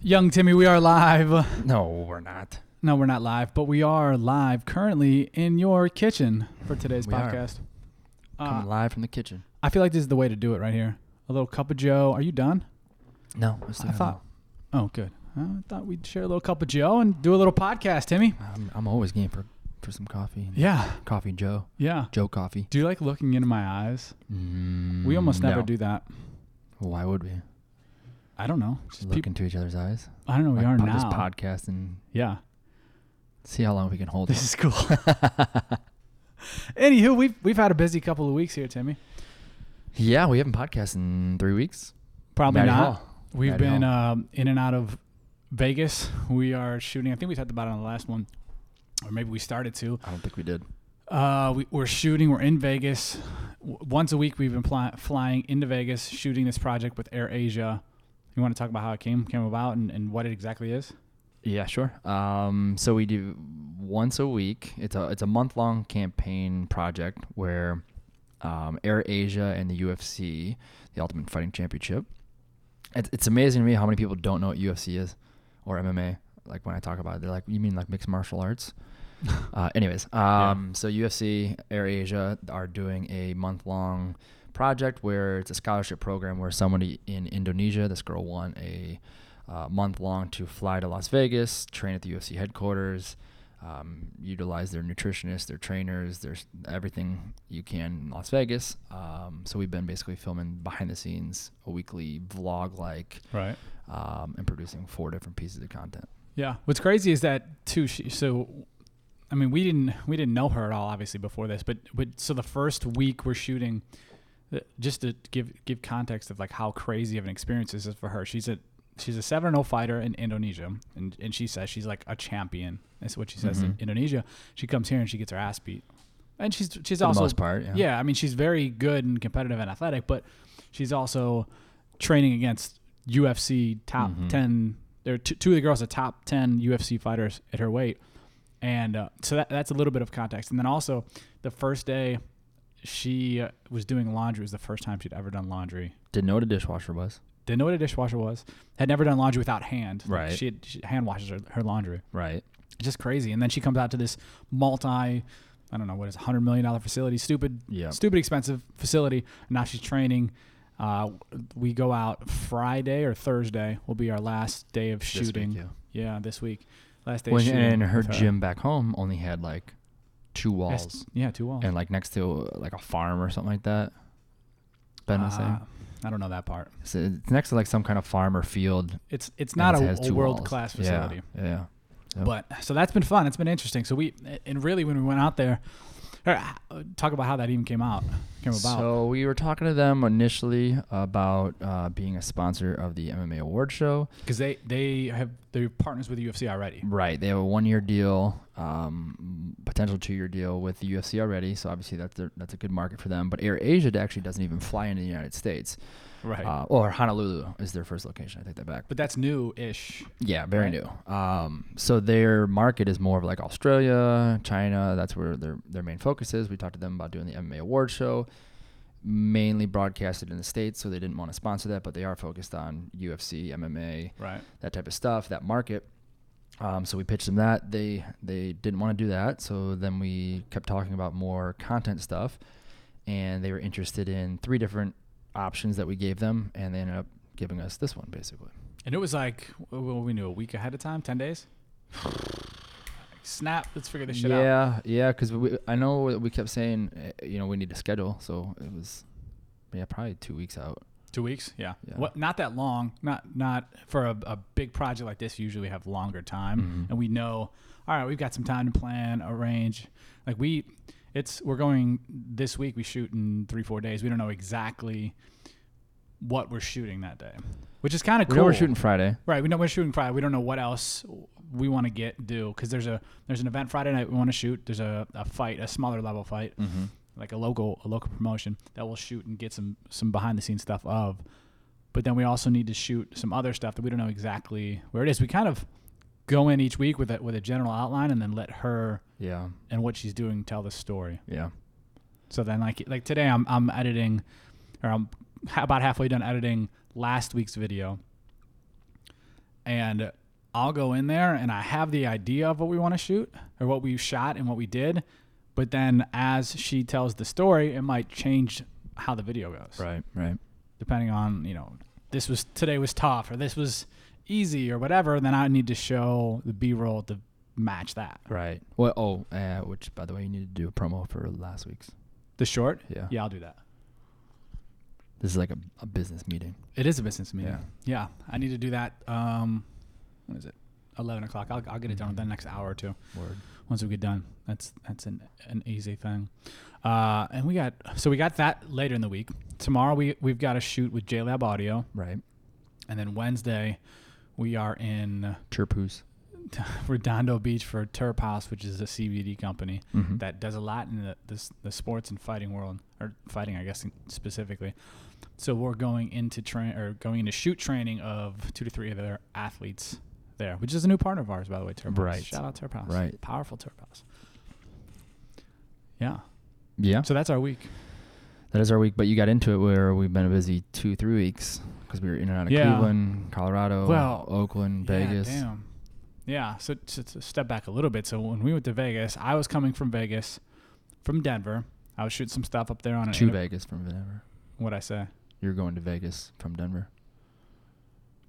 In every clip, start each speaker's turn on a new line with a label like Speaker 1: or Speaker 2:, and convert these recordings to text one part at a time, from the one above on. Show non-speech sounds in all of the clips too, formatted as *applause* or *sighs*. Speaker 1: Young Timmy, we are live. *laughs*
Speaker 2: No, we're not.
Speaker 1: No, we're not live, but we are live currently in your kitchen for today's
Speaker 2: We are.
Speaker 1: podcast.
Speaker 2: Coming
Speaker 1: Uh,
Speaker 2: live from the kitchen.
Speaker 1: I feel like this is the way to do it right here. A little cup of Joe. Are you done?
Speaker 2: No, I,
Speaker 1: I
Speaker 2: still got a
Speaker 1: thought- Oh, good. Uh, I thought we'd share a little cup of Joe and do a little podcast, Timmy.
Speaker 2: little- I'm, I'm always game for, for some coffee. and
Speaker 1: Yeah,
Speaker 2: Coffee Joe.
Speaker 1: yeah.
Speaker 2: Joe Coffee.
Speaker 1: Do you like looking into my eyes?
Speaker 2: Mm,
Speaker 1: We almost never
Speaker 2: no.
Speaker 1: do that.
Speaker 2: Why would we?
Speaker 1: I don't know.
Speaker 2: Just
Speaker 1: Just
Speaker 2: look
Speaker 1: peop-
Speaker 2: into each other's eyes.
Speaker 1: I don't know. We
Speaker 2: Like,
Speaker 1: are
Speaker 2: pop
Speaker 1: now.
Speaker 2: This podcast and
Speaker 1: Yeah. *laughs*
Speaker 2: see how long we can hold
Speaker 1: This
Speaker 2: it.
Speaker 1: is cool. *laughs* Anywho, we've we've had a busy couple of weeks here, Timmy.
Speaker 2: Yeah, we haven't podcast in three weeks.
Speaker 1: Probably
Speaker 2: Maddie
Speaker 1: not.
Speaker 2: Hall.
Speaker 1: We've
Speaker 2: Right
Speaker 1: been um, in and out of Vegas. We are shooting. I think we talked about it on the last one, or maybe we started to.
Speaker 2: I don't think we did.
Speaker 1: Uh, we, we're shooting. We're in Vegas. W- once a week, we've been fly- flying into Vegas, shooting this project with Air Asia. You want to talk about how it came came about and, and what it exactly is?
Speaker 2: Yeah, sure. Um, so we do once a week. It's a it's a month long campaign project where um, Air Asia and the UFC, the Ultimate Fighting Championship. It's it's amazing to me how many people don't know what UFC is or MMA. Like when I talk about it, they're like, "You mean like mixed martial arts?" uh, anyways, um, so UFC Air Asia are doing a month long project where it's a scholarship program where somebody in Indonesia, this girl won a uh, month long to fly to Las Vegas, train at the UFC headquarters, um, utilize their nutritionists, their trainers, their s- everything you can in Las Vegas. Um, so we've been basically filming behind the scenes, a weekly vlog like,
Speaker 1: Right.
Speaker 2: um, and producing four different pieces of content.
Speaker 1: Yeah. What's crazy is that too. She, so, I mean, we didn't we didn't know her at all, obviously, before this. But but so the first week we're shooting, uh, just to give give context of like how crazy of an experience this is for her. She's a she's a seven and zero fighter in Indonesia, and and she says she's like a champion. That's what she says in
Speaker 2: Mhm.
Speaker 1: Indonesia. She comes here and she gets her ass beat, and she's she's
Speaker 2: For the
Speaker 1: also
Speaker 2: most part, yeah.
Speaker 1: yeah, I mean, she's very good and competitive and athletic, but she's also training against UFC top
Speaker 2: Mhm.
Speaker 1: 10. There are two, two of the girls, are top 10 UFC fighters at her weight. And uh, so that, that's a little bit of context. And then also, the first day she uh, was doing laundry it was the first time she'd ever done laundry.
Speaker 2: Didn't know what a dishwasher was.
Speaker 1: Didn't know what a dishwasher was. Had never done laundry without hand. Like,
Speaker 2: Right.
Speaker 1: She, had, she hand washes her, her laundry.
Speaker 2: Right.
Speaker 1: It's just crazy. And then she comes out to this multi, I don't know, what is it, $100 million facility, stupid
Speaker 2: Yeah.
Speaker 1: stupid expensive facility. Now she's training. Uh, we go out Friday or Thursday will be our last day of
Speaker 2: This week,
Speaker 1: shooting.
Speaker 2: yeah.
Speaker 1: yeah. this week, last day.
Speaker 2: Well,
Speaker 1: of shooting
Speaker 2: and her
Speaker 1: with
Speaker 2: gym back home only had like two
Speaker 1: Yes.
Speaker 2: walls.
Speaker 1: Yeah, two walls.
Speaker 2: and like next to uh, like a farm or something like that. Ben was saying
Speaker 1: Uh, I don't know that part.
Speaker 2: So it's next to like some kind of farm or field. and
Speaker 1: It's it's not
Speaker 2: it
Speaker 1: a,
Speaker 2: has two walls.
Speaker 1: world class
Speaker 2: Yeah,
Speaker 1: facility,
Speaker 2: Yeah, Yep.
Speaker 1: but so that's been fun. It's been interesting. So we and really when we went out there, or, uh, talk about how that even came out came about.
Speaker 2: So we were talking to them initially about uh, being a sponsor of the MMA award show.
Speaker 1: because they they have they're partners with the UFC already.
Speaker 2: Right, they have a one-year deal, um, potential two-year deal with the UFC already. So obviously that's a, that's a good market for them. But Air Asia actually doesn't even fly into the United States.
Speaker 1: Right.
Speaker 2: Uh, or Honolulu is their first location. I take that back.
Speaker 1: but that's new ish.
Speaker 2: Yeah, very
Speaker 1: right?
Speaker 2: new. Um, so their market is more of like Australia, China. That's where their their main focus is. We talked to them about doing the MMA award show, mainly broadcasted in the states, so they didn't want to sponsor that, but they are focused on UFC, MMA,
Speaker 1: Right.
Speaker 2: that type of stuff, that market. Um, so we pitched them that they they didn't want to do that. So then we kept talking about more content stuff, and they were interested in three different options that we gave them, and they ended up giving us this one basically.
Speaker 1: And it was like, well, we knew a week ahead of time, 10 days. Snap, let's figure this shit out.
Speaker 2: yeah, yeah, because we, I know that we kept saying, uh, you know, we need to schedule, so it was, yeah, probably two weeks out.
Speaker 1: Two weeks? Yeah.
Speaker 2: Yeah.
Speaker 1: What? Not that long. Not not for a, a big project like this, you usually have longer time.
Speaker 2: Mhm.
Speaker 1: And we know, all right, we've got some time to plan, arrange. Like we, it's, we're going this week, we shoot in three, four days. We don't know exactly what we're shooting that day, which is kind of
Speaker 2: We
Speaker 1: cool.
Speaker 2: know we're shooting Friday.
Speaker 1: Right. We know we're shooting Friday. We don't know what else we want to get do because there's a there's an event Friday night we want to shoot. There's a, a fight, a smaller level fight,
Speaker 2: Mm-hmm.
Speaker 1: like a local a local promotion that we'll shoot and get some some behind the scenes stuff of. But then we also need to shoot some other stuff that we don't know exactly where it is. We kind of go in each week with a with a general outline and then let her
Speaker 2: Yeah,
Speaker 1: and what she's doing tell the story.
Speaker 2: yeah,
Speaker 1: So then like like today I'm I'm editing or I'm ha- about halfway done editing last week's video. and I'll go in there and I have the idea of what we want to shoot or what we shot and what we did, but then as she tells the story, it might change how the video goes.
Speaker 2: Right, right.
Speaker 1: Depending on, you know, this was today was tough or this was easy or whatever, then I need to show the B roll to match that.
Speaker 2: Right. Well, oh, uh, which by the way, you need to do a promo for last week's.
Speaker 1: The short?
Speaker 2: Yeah.
Speaker 1: Yeah, I'll do that.
Speaker 2: This is like a, a business meeting.
Speaker 1: It is a business meeting.
Speaker 2: Yeah.
Speaker 1: Yeah. I need to do that. Um, what is it? 11 o'clock. I'll, I'll get it done within the next hour or two.
Speaker 2: Word.
Speaker 1: Once we get done, that's that's an, an easy thing. Uh, and we got so we got that later in the week. Tomorrow we we've got a shoot with JLab Audio,
Speaker 2: Right.
Speaker 1: and then Wednesday we are in *laughs*
Speaker 2: Chirpoos.
Speaker 1: Redondo Beach for Turp House, which is a CBD company
Speaker 2: Mhm.
Speaker 1: that does a lot in the, the s- the sports and fighting world, or fighting, I guess, in- specifically. So we're going into train or going into shoot training of two to three of their athletes there, which is a new partner of ours, by the way. Turp House.
Speaker 2: Right.
Speaker 1: Shout out Turp House.
Speaker 2: Right.
Speaker 1: Powerful Turp House. Yeah.
Speaker 2: Yeah.
Speaker 1: So that's our week.
Speaker 2: That is our week, but you got into it where we've been busy two, three weeks because we were in and out of
Speaker 1: Yeah.
Speaker 2: Cleveland, Colorado,
Speaker 1: Well,
Speaker 2: Oakland, Vegas.
Speaker 1: Yeah, damn. Yeah. So, so to step back a little bit. So when we went to Vegas, I was coming from Vegas, from Denver. I was shooting some stuff up there on
Speaker 2: To
Speaker 1: a
Speaker 2: Vegas from Denver.
Speaker 1: what I say,
Speaker 2: You're going to Vegas from Denver.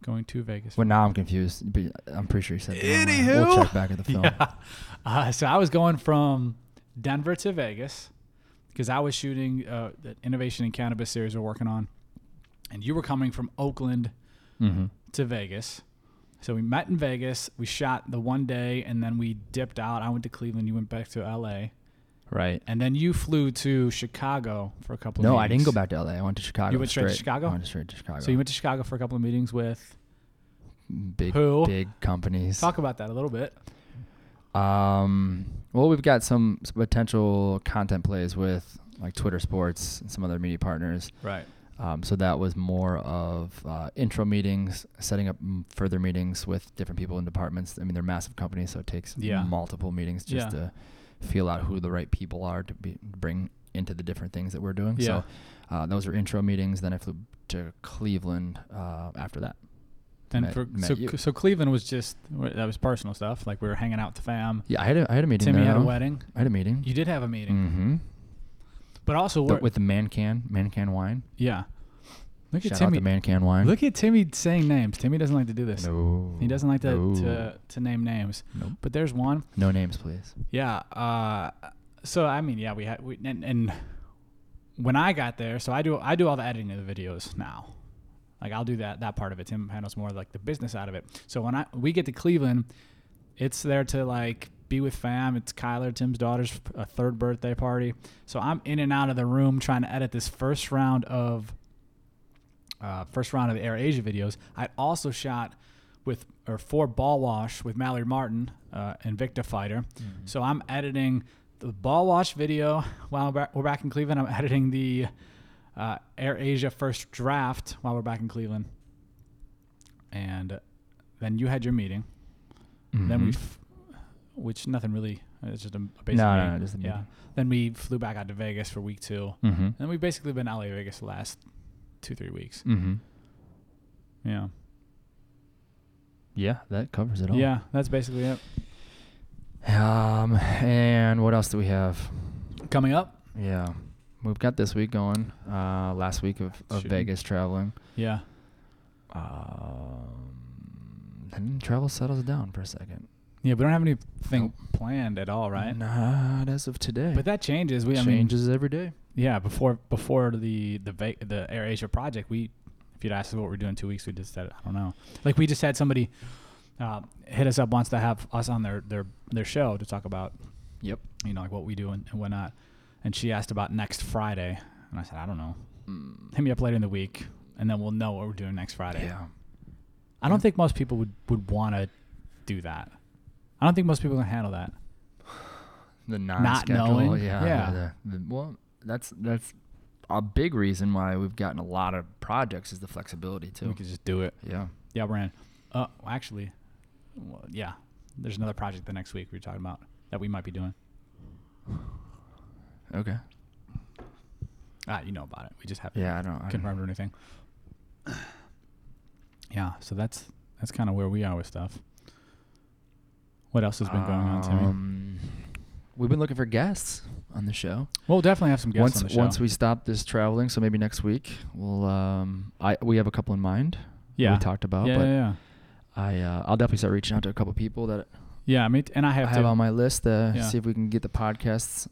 Speaker 1: going to Vegas.
Speaker 2: Well, now I'm confused. But I'm pretty sure you said. the wrong one. We'll
Speaker 1: Anywho.
Speaker 2: check back at the film.
Speaker 1: Yeah. *laughs* Uh, so I was going from Denver to Vegas because I was shooting uh, the Innovation in Cannabis series we're working on, and you were coming from Oakland
Speaker 2: Mm-hmm.
Speaker 1: to Vegas. So we met in Vegas. We shot the one day, and then we dipped out. I went to Cleveland. You went back to L.A.
Speaker 2: Right.
Speaker 1: And then you flew to Chicago for a couple. of
Speaker 2: No, I didn't
Speaker 1: meetings.
Speaker 2: go back to LA. I went to Chicago.
Speaker 1: You went straight to Chicago?
Speaker 2: I went straight to Chicago.
Speaker 1: So you went to Chicago for a couple of meetings with
Speaker 2: big,
Speaker 1: who?
Speaker 2: big companies.
Speaker 1: Talk about that a little bit.
Speaker 2: Um, well, we've got some, some potential content plays with like Twitter Sports and some other media partners.
Speaker 1: Right.
Speaker 2: Um, so that was more of uh, intro meetings, setting up m- further meetings with different people in departments. I mean, they're massive companies, so it takes
Speaker 1: Yeah.
Speaker 2: multiple meetings just
Speaker 1: Yeah.
Speaker 2: to feel out who the right people are to be bring into the different things that we're doing.
Speaker 1: Yeah.
Speaker 2: So uh, those are intro meetings. Then I flew to Cleveland uh, after that.
Speaker 1: And
Speaker 2: Met-
Speaker 1: for
Speaker 2: met
Speaker 1: so
Speaker 2: you.
Speaker 1: so Cleveland was just that was personal stuff. Like we were hanging out with the fam.
Speaker 2: Yeah, I had a, I had a meeting.
Speaker 1: Timmy
Speaker 2: there,
Speaker 1: had a
Speaker 2: though.
Speaker 1: wedding.
Speaker 2: I had a meeting.
Speaker 1: You did have a meeting,
Speaker 2: Mm-hmm.
Speaker 1: but also
Speaker 2: The-
Speaker 1: we're,
Speaker 2: with the man can man can wine.
Speaker 1: yeah. Look
Speaker 2: Shout
Speaker 1: at
Speaker 2: out
Speaker 1: Timmy.
Speaker 2: the man can wine.
Speaker 1: Look at Timmy saying names. Timmy doesn't like to do this.
Speaker 2: no,
Speaker 1: He doesn't like uh, to,
Speaker 2: no,
Speaker 1: to to name names.
Speaker 2: Nope.
Speaker 1: But there's one.
Speaker 2: No names, please.
Speaker 1: Yeah. Uh, so I mean, yeah, we had we and, and when I got there, so I do I do all the editing of the videos now. Like I'll do that that part of it. Tim handles more like the business out of it. So when I we get to Cleveland, it's there to like be with fam. It's Kyler, Tim's daughter's uh, third birthday party. So I'm in and out of the room trying to edit this first round of uh, first round of the Air Asia videos. I also shot with or for Ball Wash with Mallory Martin, uh, Invicta Fighter.
Speaker 2: Mm-hmm.
Speaker 1: So I'm editing the Ball Wash video while we're we're back in Cleveland. I'm editing the uh, Air Asia first draft while we're back in Cleveland. And then you had your meeting. Then we,
Speaker 2: Mhm.
Speaker 1: f- which nothing really. It's just a a basic
Speaker 2: no,
Speaker 1: meeting.
Speaker 2: no, no, just a
Speaker 1: yeah.
Speaker 2: meeting.
Speaker 1: Then we flew back out to Vegas for week two.
Speaker 2: Mm-hmm.
Speaker 1: And we've basically been LA Vegas the last two three weeks.
Speaker 2: Mm-hmm.
Speaker 1: Yeah.
Speaker 2: Yeah, that covers it all.
Speaker 1: Yeah, that's basically it.
Speaker 2: Um, and what else do we have?
Speaker 1: Coming up.
Speaker 2: Yeah, we've got this week going. Uh, last week of, of
Speaker 1: Shooting.
Speaker 2: Vegas traveling.
Speaker 1: Yeah.
Speaker 2: Um, then travel settles down for a second.
Speaker 1: Yeah, we don't have anything
Speaker 2: Nope.
Speaker 1: planned at all, right?
Speaker 2: Not as of today.
Speaker 1: But that changes. We I mean,
Speaker 2: changes every day.
Speaker 1: yeah. Before before the the va- the Air Asia project, we if you'd asked us what we're doing in two weeks, we just said I don't know. Like we just had somebody uh, hit us up wants to have us on their their their show to talk about
Speaker 2: Yep.
Speaker 1: you know like what we do and, and whatnot. And she asked about next Friday, and I said I don't know. Hit me up later in the week, and then we'll know what we're doing next Friday.
Speaker 2: Yeah.
Speaker 1: I don't think most people would would want to do that. I don't think most people can handle that.
Speaker 2: The non-schedule.
Speaker 1: knowing.
Speaker 2: Yeah.
Speaker 1: Yeah.
Speaker 2: the- the- well, that's that's a big reason why we've gotten a lot of projects is the flexibility
Speaker 1: We
Speaker 2: too.
Speaker 1: could just do it.
Speaker 2: Yeah.
Speaker 1: Yeah, Brand. Uh, well, actually, well, yeah. There's another project the next week we are talking about that we might be doing.
Speaker 2: Okay.
Speaker 1: Ah, you know about it. We just haven't
Speaker 2: Yeah, I don't. I don't
Speaker 1: confirmed or anything. *sighs* Yeah, so that's that's kind of where we are with stuff. What else has been going on, Timmy?
Speaker 2: Um, We've been looking for guests on the show.
Speaker 1: We'll definitely have some guests
Speaker 2: once
Speaker 1: on the show.
Speaker 2: once we stop this traveling, so maybe next week we'll um I we have a couple in mind. that
Speaker 1: yeah.
Speaker 2: We talked about,
Speaker 1: yeah,
Speaker 2: but
Speaker 1: yeah, yeah,
Speaker 2: I uh, I'll definitely start reaching out to a couple people that
Speaker 1: yeah. I mean, and I
Speaker 2: I
Speaker 1: have,
Speaker 2: have
Speaker 1: to.
Speaker 2: on my list to
Speaker 1: Yeah.
Speaker 2: see if we can get the podcasts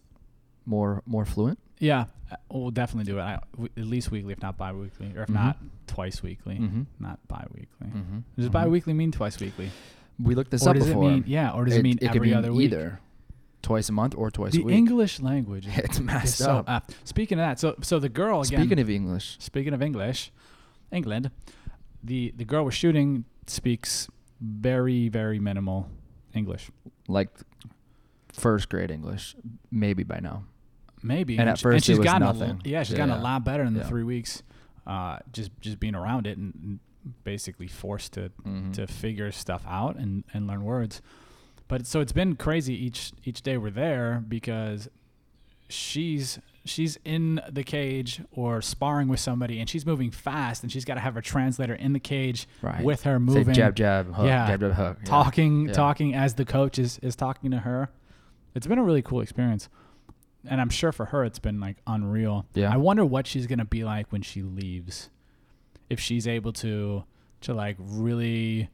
Speaker 2: more more fluent.
Speaker 1: yeah, uh, we'll definitely do it. I, w- at least weekly, if not bi-weekly, or if
Speaker 2: Mhm.
Speaker 1: not twice weekly,
Speaker 2: Mm-hmm.
Speaker 1: not bi-weekly.
Speaker 2: Mm-hmm.
Speaker 1: Does bi-weekly mean twice weekly?
Speaker 2: We looked this
Speaker 1: or
Speaker 2: up
Speaker 1: does
Speaker 2: before.
Speaker 1: it mean yeah? Or does it, mean
Speaker 2: it
Speaker 1: every
Speaker 2: could mean
Speaker 1: other week?
Speaker 2: either twice a month or twice
Speaker 1: the
Speaker 2: a week.
Speaker 1: English language is
Speaker 2: *laughs* it's messed
Speaker 1: so
Speaker 2: up.
Speaker 1: effed. Speaking of that, so so the girl again.
Speaker 2: Speaking of e- English,
Speaker 1: Speaking of English, England, the the girl we're shooting speaks very very minimal English.
Speaker 2: like first grade English, maybe by now.
Speaker 1: Maybe.
Speaker 2: And at
Speaker 1: she-
Speaker 2: first it
Speaker 1: she's
Speaker 2: was
Speaker 1: gotten A,
Speaker 2: nothing.
Speaker 1: l- yeah, she's
Speaker 2: Yeah,
Speaker 1: gotten
Speaker 2: yeah.
Speaker 1: a lot better in the
Speaker 2: Yeah.
Speaker 1: three weeks, uh, just just being around it and, and basically forced to
Speaker 2: Mhm.
Speaker 1: to figure stuff out and and learn words. But so it's been crazy each each day we're there because she's she's in the cage or sparring with somebody and she's moving fast and she's got to have her translator in the cage
Speaker 2: Right.
Speaker 1: with her
Speaker 2: Say
Speaker 1: moving
Speaker 2: jab jab hook
Speaker 1: Yeah.
Speaker 2: jab jab hook. yeah.
Speaker 1: talking
Speaker 2: Yeah.
Speaker 1: talking as the coach is is talking to her it's been a really cool experience and i'm sure for her it's been like unreal
Speaker 2: Yeah.
Speaker 1: i wonder what she's gonna be like when she leaves if she's able to to like really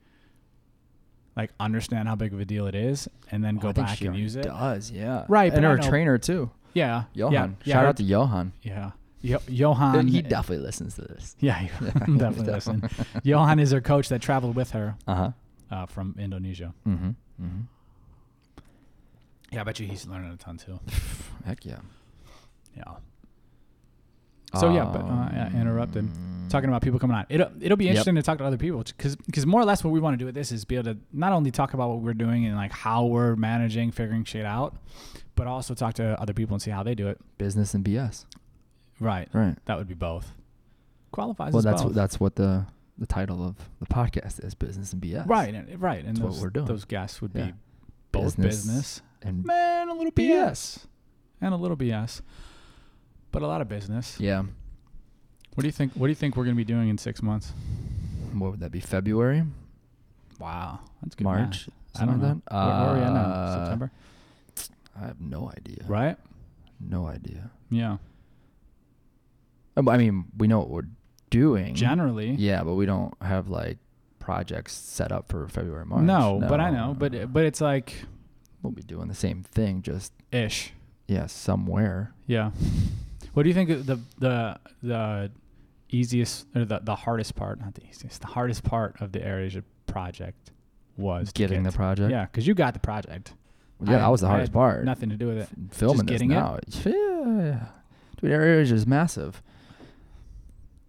Speaker 1: like understand how big of a deal it is and then
Speaker 2: Oh,
Speaker 1: go
Speaker 2: I think
Speaker 1: back
Speaker 2: she
Speaker 1: and
Speaker 2: already
Speaker 1: use it
Speaker 2: Does yeah.
Speaker 1: Right,
Speaker 2: And
Speaker 1: but I
Speaker 2: her
Speaker 1: know-
Speaker 2: trainer too,
Speaker 1: yeah
Speaker 2: Johan.
Speaker 1: yeah yeah
Speaker 2: Shout
Speaker 1: her-
Speaker 2: out to Johan.
Speaker 1: yeah Yo- johan
Speaker 2: he definitely listens to this.
Speaker 1: yeah you *laughs* definitely
Speaker 2: *laughs*
Speaker 1: listen johan is her coach that traveled with her
Speaker 2: Uh huh.
Speaker 1: uh, from indonesia
Speaker 2: Mm-hmm. Mm-hmm.
Speaker 1: yeah i bet you he's learning a ton too
Speaker 2: Heck yeah.
Speaker 1: yeah So, yeah, but, uh, yeah,
Speaker 2: Um,
Speaker 1: interrupted. talking about people coming on. It'll it'll be
Speaker 2: Yep.
Speaker 1: interesting to talk to other people because more or less what we want to do with this is be able to not only talk about what we're doing and like how we're managing figuring shit out, but also talk to other people and see how they do it.
Speaker 2: business and BS.
Speaker 1: Right.
Speaker 2: Right.
Speaker 1: That would be both. Qualifies
Speaker 2: Well,
Speaker 1: as
Speaker 2: that's
Speaker 1: both.
Speaker 2: that's what the the title of the podcast is: business and BS.
Speaker 1: right. And, right. And
Speaker 2: That's what
Speaker 1: those,
Speaker 2: we're doing.
Speaker 1: those guests would
Speaker 2: Yeah.
Speaker 1: be both
Speaker 2: Business.
Speaker 1: business
Speaker 2: And
Speaker 1: and a little BS.
Speaker 2: BS.
Speaker 1: and a little BS, but a lot of business.
Speaker 2: yeah,
Speaker 1: What do you think? What do you think we're gonna be doing in six months?
Speaker 2: what would that be? February,
Speaker 1: Wow, that's good. math.
Speaker 2: March.
Speaker 1: I don't
Speaker 2: something
Speaker 1: know.
Speaker 2: like that?
Speaker 1: Where, where are we at now?
Speaker 2: Uh,
Speaker 1: September.
Speaker 2: I have no idea.
Speaker 1: Right.
Speaker 2: No idea.
Speaker 1: Yeah.
Speaker 2: Um, I mean, we know what we're doing.
Speaker 1: Generally.
Speaker 2: Yeah, but we don't have like projects set up for February, March.
Speaker 1: No, but I know.
Speaker 2: No, no, no.
Speaker 1: But but it's like
Speaker 2: we'll be doing the same thing, just
Speaker 1: ish.
Speaker 2: yeah, somewhere.
Speaker 1: Yeah. What do you think the the the easiest or the, the hardest part? Not the easiest. The hardest part of the AirAsia project was to
Speaker 2: Getting
Speaker 1: get-
Speaker 2: the project.
Speaker 1: Yeah, because you got the project.
Speaker 2: yeah,
Speaker 1: I
Speaker 2: that
Speaker 1: had-
Speaker 2: was the
Speaker 1: I
Speaker 2: hardest
Speaker 1: had
Speaker 2: part.
Speaker 1: Nothing to do with it. Just
Speaker 2: filming this
Speaker 1: getting it?
Speaker 2: now. Yeah. Dude, AirAsia is massive.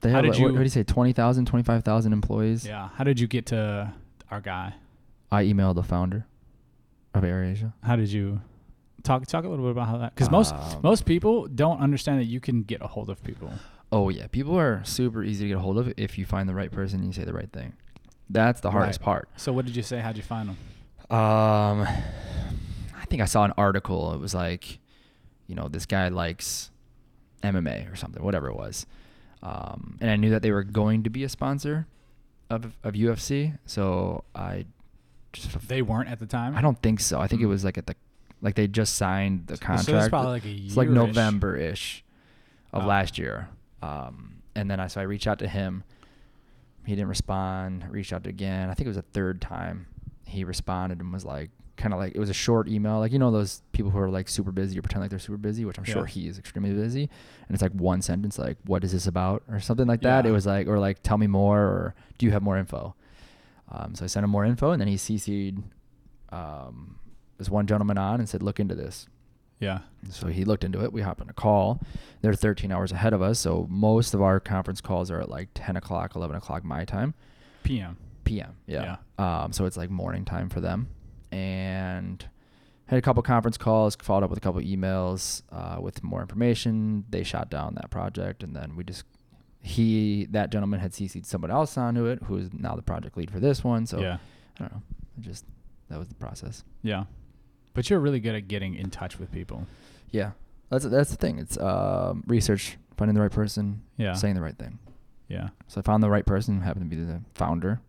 Speaker 2: They
Speaker 1: How
Speaker 2: have,
Speaker 1: did
Speaker 2: like, what,
Speaker 1: you-
Speaker 2: what do you say, 20,000, 25,000 employees?
Speaker 1: Yeah. How did you get to our guy?
Speaker 2: I emailed the founder of AirAsia.
Speaker 1: How did you talk talk a little bit about how that? Because most
Speaker 2: Um,
Speaker 1: most people don't understand that you can get a hold of people.
Speaker 2: Oh, yeah. People are super easy to get a hold of if you find the right person and you say the right thing. That's the hardest part.
Speaker 1: So what did you say? How'd you find them?
Speaker 2: Um, I think I saw an article. It was like, you know, this guy likes MMA or something, whatever it was. Um, and I knew that they were going to be a sponsor of of UFC, so I just
Speaker 1: They weren't at the time.
Speaker 2: I don't think so. I think it
Speaker 1: Hmm.
Speaker 2: was like at the like they just signed the contract.
Speaker 1: So that's probably like a year.
Speaker 2: it's like November ish of
Speaker 1: Oh.
Speaker 2: last year. Um, and then I so I reached out to him. He didn't respond. Reached out again. I think it was a third time. He responded and was like, kind of like it was a short email. Like you know those people who are like super busy or pretend like they're super busy, which I'm sure
Speaker 1: Yeah.
Speaker 2: he is extremely busy. And it's like one sentence, like "What is this about?" or something like that.
Speaker 1: Yeah.
Speaker 2: It was like or like "Tell me more" or "Do you have more info?" Um, so I sent him more info, and then he cc'd um, this one gentleman on and said, "Look into this."
Speaker 1: Yeah.
Speaker 2: So he looked into it. We hop on a call. They're 13 hours ahead of us. So most of our conference calls are at like 10 o'clock, 11 o'clock my time,
Speaker 1: PM.
Speaker 2: p.m. Yeah. Um, so it's like morning time for them. And had a couple conference calls, followed up with a couple emails uh, with more information. They shot down that project. And then we just, he, that gentleman had CC'd someone else onto it who is now the project lead for this one. So
Speaker 1: yeah.
Speaker 2: I don't know. It just, that was the process.
Speaker 1: Yeah. But you're really good at getting in touch with people.
Speaker 2: Yeah. That's, that's the thing. It's um, research, finding the right person,
Speaker 1: Yeah.
Speaker 2: saying the right thing.
Speaker 1: Yeah.
Speaker 2: So I found the right person, who happened to be the founder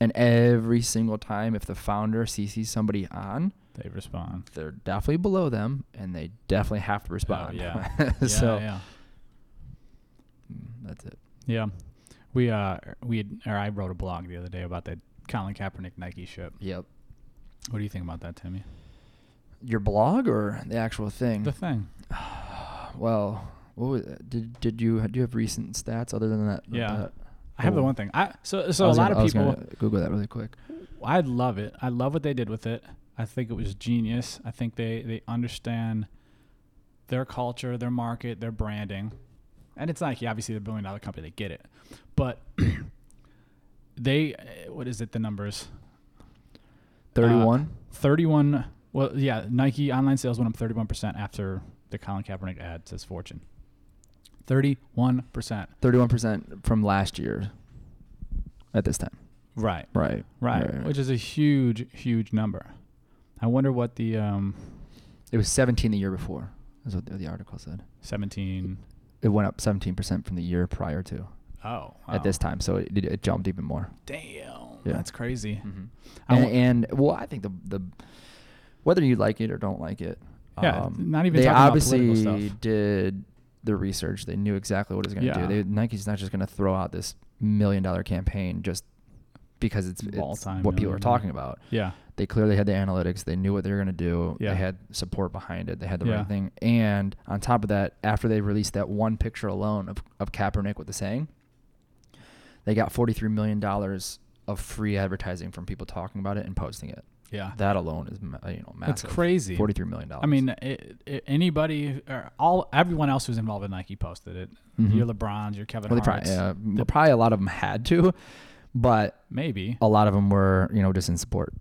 Speaker 2: And every single time, if the founder CCs somebody on,
Speaker 1: They respond.
Speaker 2: they're definitely below them, and they definitely have to respond.
Speaker 1: Oh,
Speaker 2: *laughs*
Speaker 1: yeah. Yeah,
Speaker 2: so
Speaker 1: yeah.
Speaker 2: mm, that's it.
Speaker 1: Yeah. We uh we had, or I wrote a blog the other day about the Colin Kaepernick Nike ship.
Speaker 2: Yep.
Speaker 1: What do you think about that, Timmy?
Speaker 2: Your blog or the actual thing?
Speaker 1: The thing.
Speaker 2: *sighs* well, what was, did did you do you have recent stats other than that?
Speaker 1: Yeah.
Speaker 2: that-
Speaker 1: I have the
Speaker 2: Oh.
Speaker 1: one thing. I so
Speaker 2: I
Speaker 1: so a
Speaker 2: was
Speaker 1: lot
Speaker 2: gonna- I
Speaker 1: of
Speaker 2: was
Speaker 1: people Uh,
Speaker 2: gonna Google that really quick.
Speaker 1: I love it. I love what they did with it. I think it was genius. I think they they understand their culture, their market, their branding, and it's Nike. Obviously, they're a billion dollar company. They get it, but *clears throat* they eh, what is it? The numbers
Speaker 2: Thirty-one.
Speaker 1: thirty one. Well, yeah, Nike online sales went up thirty one percent after the Colin Kaepernick ad says fortune. Thirty one percent.
Speaker 2: Thirty-one percent from last year. At this time,
Speaker 1: Right.
Speaker 2: right?
Speaker 1: Right.
Speaker 2: Right, right.
Speaker 1: Which is a huge, huge number. I wonder what the um,
Speaker 2: It was seventeen the year before. Is what the, the article said.
Speaker 1: seventeen.
Speaker 2: It went up seventeen percent from the year prior to
Speaker 1: Oh,
Speaker 2: at
Speaker 1: wow.
Speaker 2: this time, so it, it jumped even more.
Speaker 1: Damn,
Speaker 2: Yeah.
Speaker 1: that's crazy. Mm-hmm. I
Speaker 2: And,
Speaker 1: wa-
Speaker 2: and well, I think the the whether you like it or don't like it,
Speaker 1: Yeah,
Speaker 2: um,
Speaker 1: not even
Speaker 2: they
Speaker 1: talking about
Speaker 2: obviously
Speaker 1: political stuff.
Speaker 2: did the research. They knew exactly what it was going to
Speaker 1: Yeah.
Speaker 2: do. They, Nike's not just going to throw out this million dollar campaign just because it's, it's what
Speaker 1: All-time
Speaker 2: people are
Speaker 1: million.
Speaker 2: talking about.
Speaker 1: Yeah,
Speaker 2: They clearly had the analytics. They knew what they were going to do.
Speaker 1: Yeah.
Speaker 2: They had support behind it. They had the
Speaker 1: Yeah.
Speaker 2: right thing. And on top of that, after they released that one picture alone of, of Kaepernick with the saying, they got $43 million of free advertising from people talking about it and posting it.
Speaker 1: yeah,
Speaker 2: That alone is, ma- you know, massive.
Speaker 1: that's crazy.
Speaker 2: $43 million.
Speaker 1: I mean, it, it, anybody or all everyone else who's involved in Nike posted it.
Speaker 2: Mhm.
Speaker 1: Your LeBrons, your Kevin
Speaker 2: Well, they
Speaker 1: Hart's,
Speaker 2: probably, yeah, m- probably a lot of them had to, but
Speaker 1: maybe.
Speaker 2: a lot of them were, you know, just in support.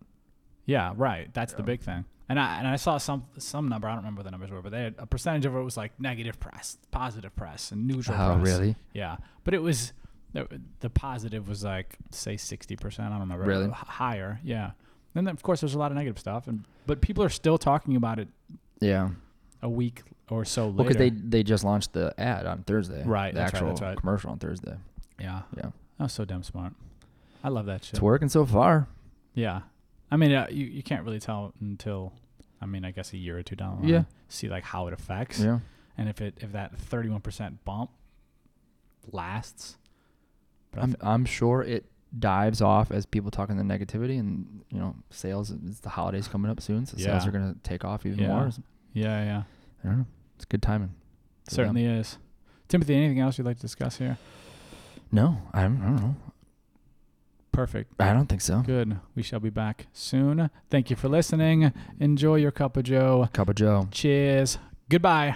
Speaker 1: Yeah, right. That's the
Speaker 2: Yeah.
Speaker 1: big thing. And I and I saw some some number. I don't remember what the numbers were, but they had a percentage of it was like negative press, positive press, and neutral.
Speaker 2: Oh,
Speaker 1: press.
Speaker 2: really?
Speaker 1: Yeah, but it was the, the positive was like say sixty percent. I don't remember
Speaker 2: Really?
Speaker 1: h- higher. Yeah, and then of course there's a lot of negative stuff, and but people are still talking about it
Speaker 2: Yeah.
Speaker 1: a week or so
Speaker 2: Well,
Speaker 1: later.
Speaker 2: because they they just launched the ad on Thursday,
Speaker 1: Right,
Speaker 2: The
Speaker 1: that's right,
Speaker 2: actual
Speaker 1: that's right.
Speaker 2: commercial on Thursday.
Speaker 1: yeah,
Speaker 2: Yeah,
Speaker 1: that was so damn smart. I love that shit.
Speaker 2: it's working so far.
Speaker 1: Yeah, I mean uh, you you can't really tell until. I mean, I guess a year or two down the line,
Speaker 2: Yeah.
Speaker 1: see like how it affects,
Speaker 2: Yeah,
Speaker 1: and if it if that thirty one percent bump lasts. But I
Speaker 2: I'm
Speaker 1: th-
Speaker 2: I'm sure it dives off as people talk in the negativity, and you know, sales. It's the holidays coming up soon, so sales
Speaker 1: Yeah.
Speaker 2: are gonna take off even
Speaker 1: Yeah.
Speaker 2: more.
Speaker 1: yeah, yeah,
Speaker 2: I don't know. It's good timing. for them.
Speaker 1: certainly is. Timothy, anything else you'd like to discuss here?
Speaker 2: No, I don't, I don't know.
Speaker 1: Perfect.
Speaker 2: I don't think so.
Speaker 1: Good. We shall be back soon. Thank you for listening. Enjoy your cup of joe.
Speaker 2: Cup of Joe.
Speaker 1: Cheers. Goodbye.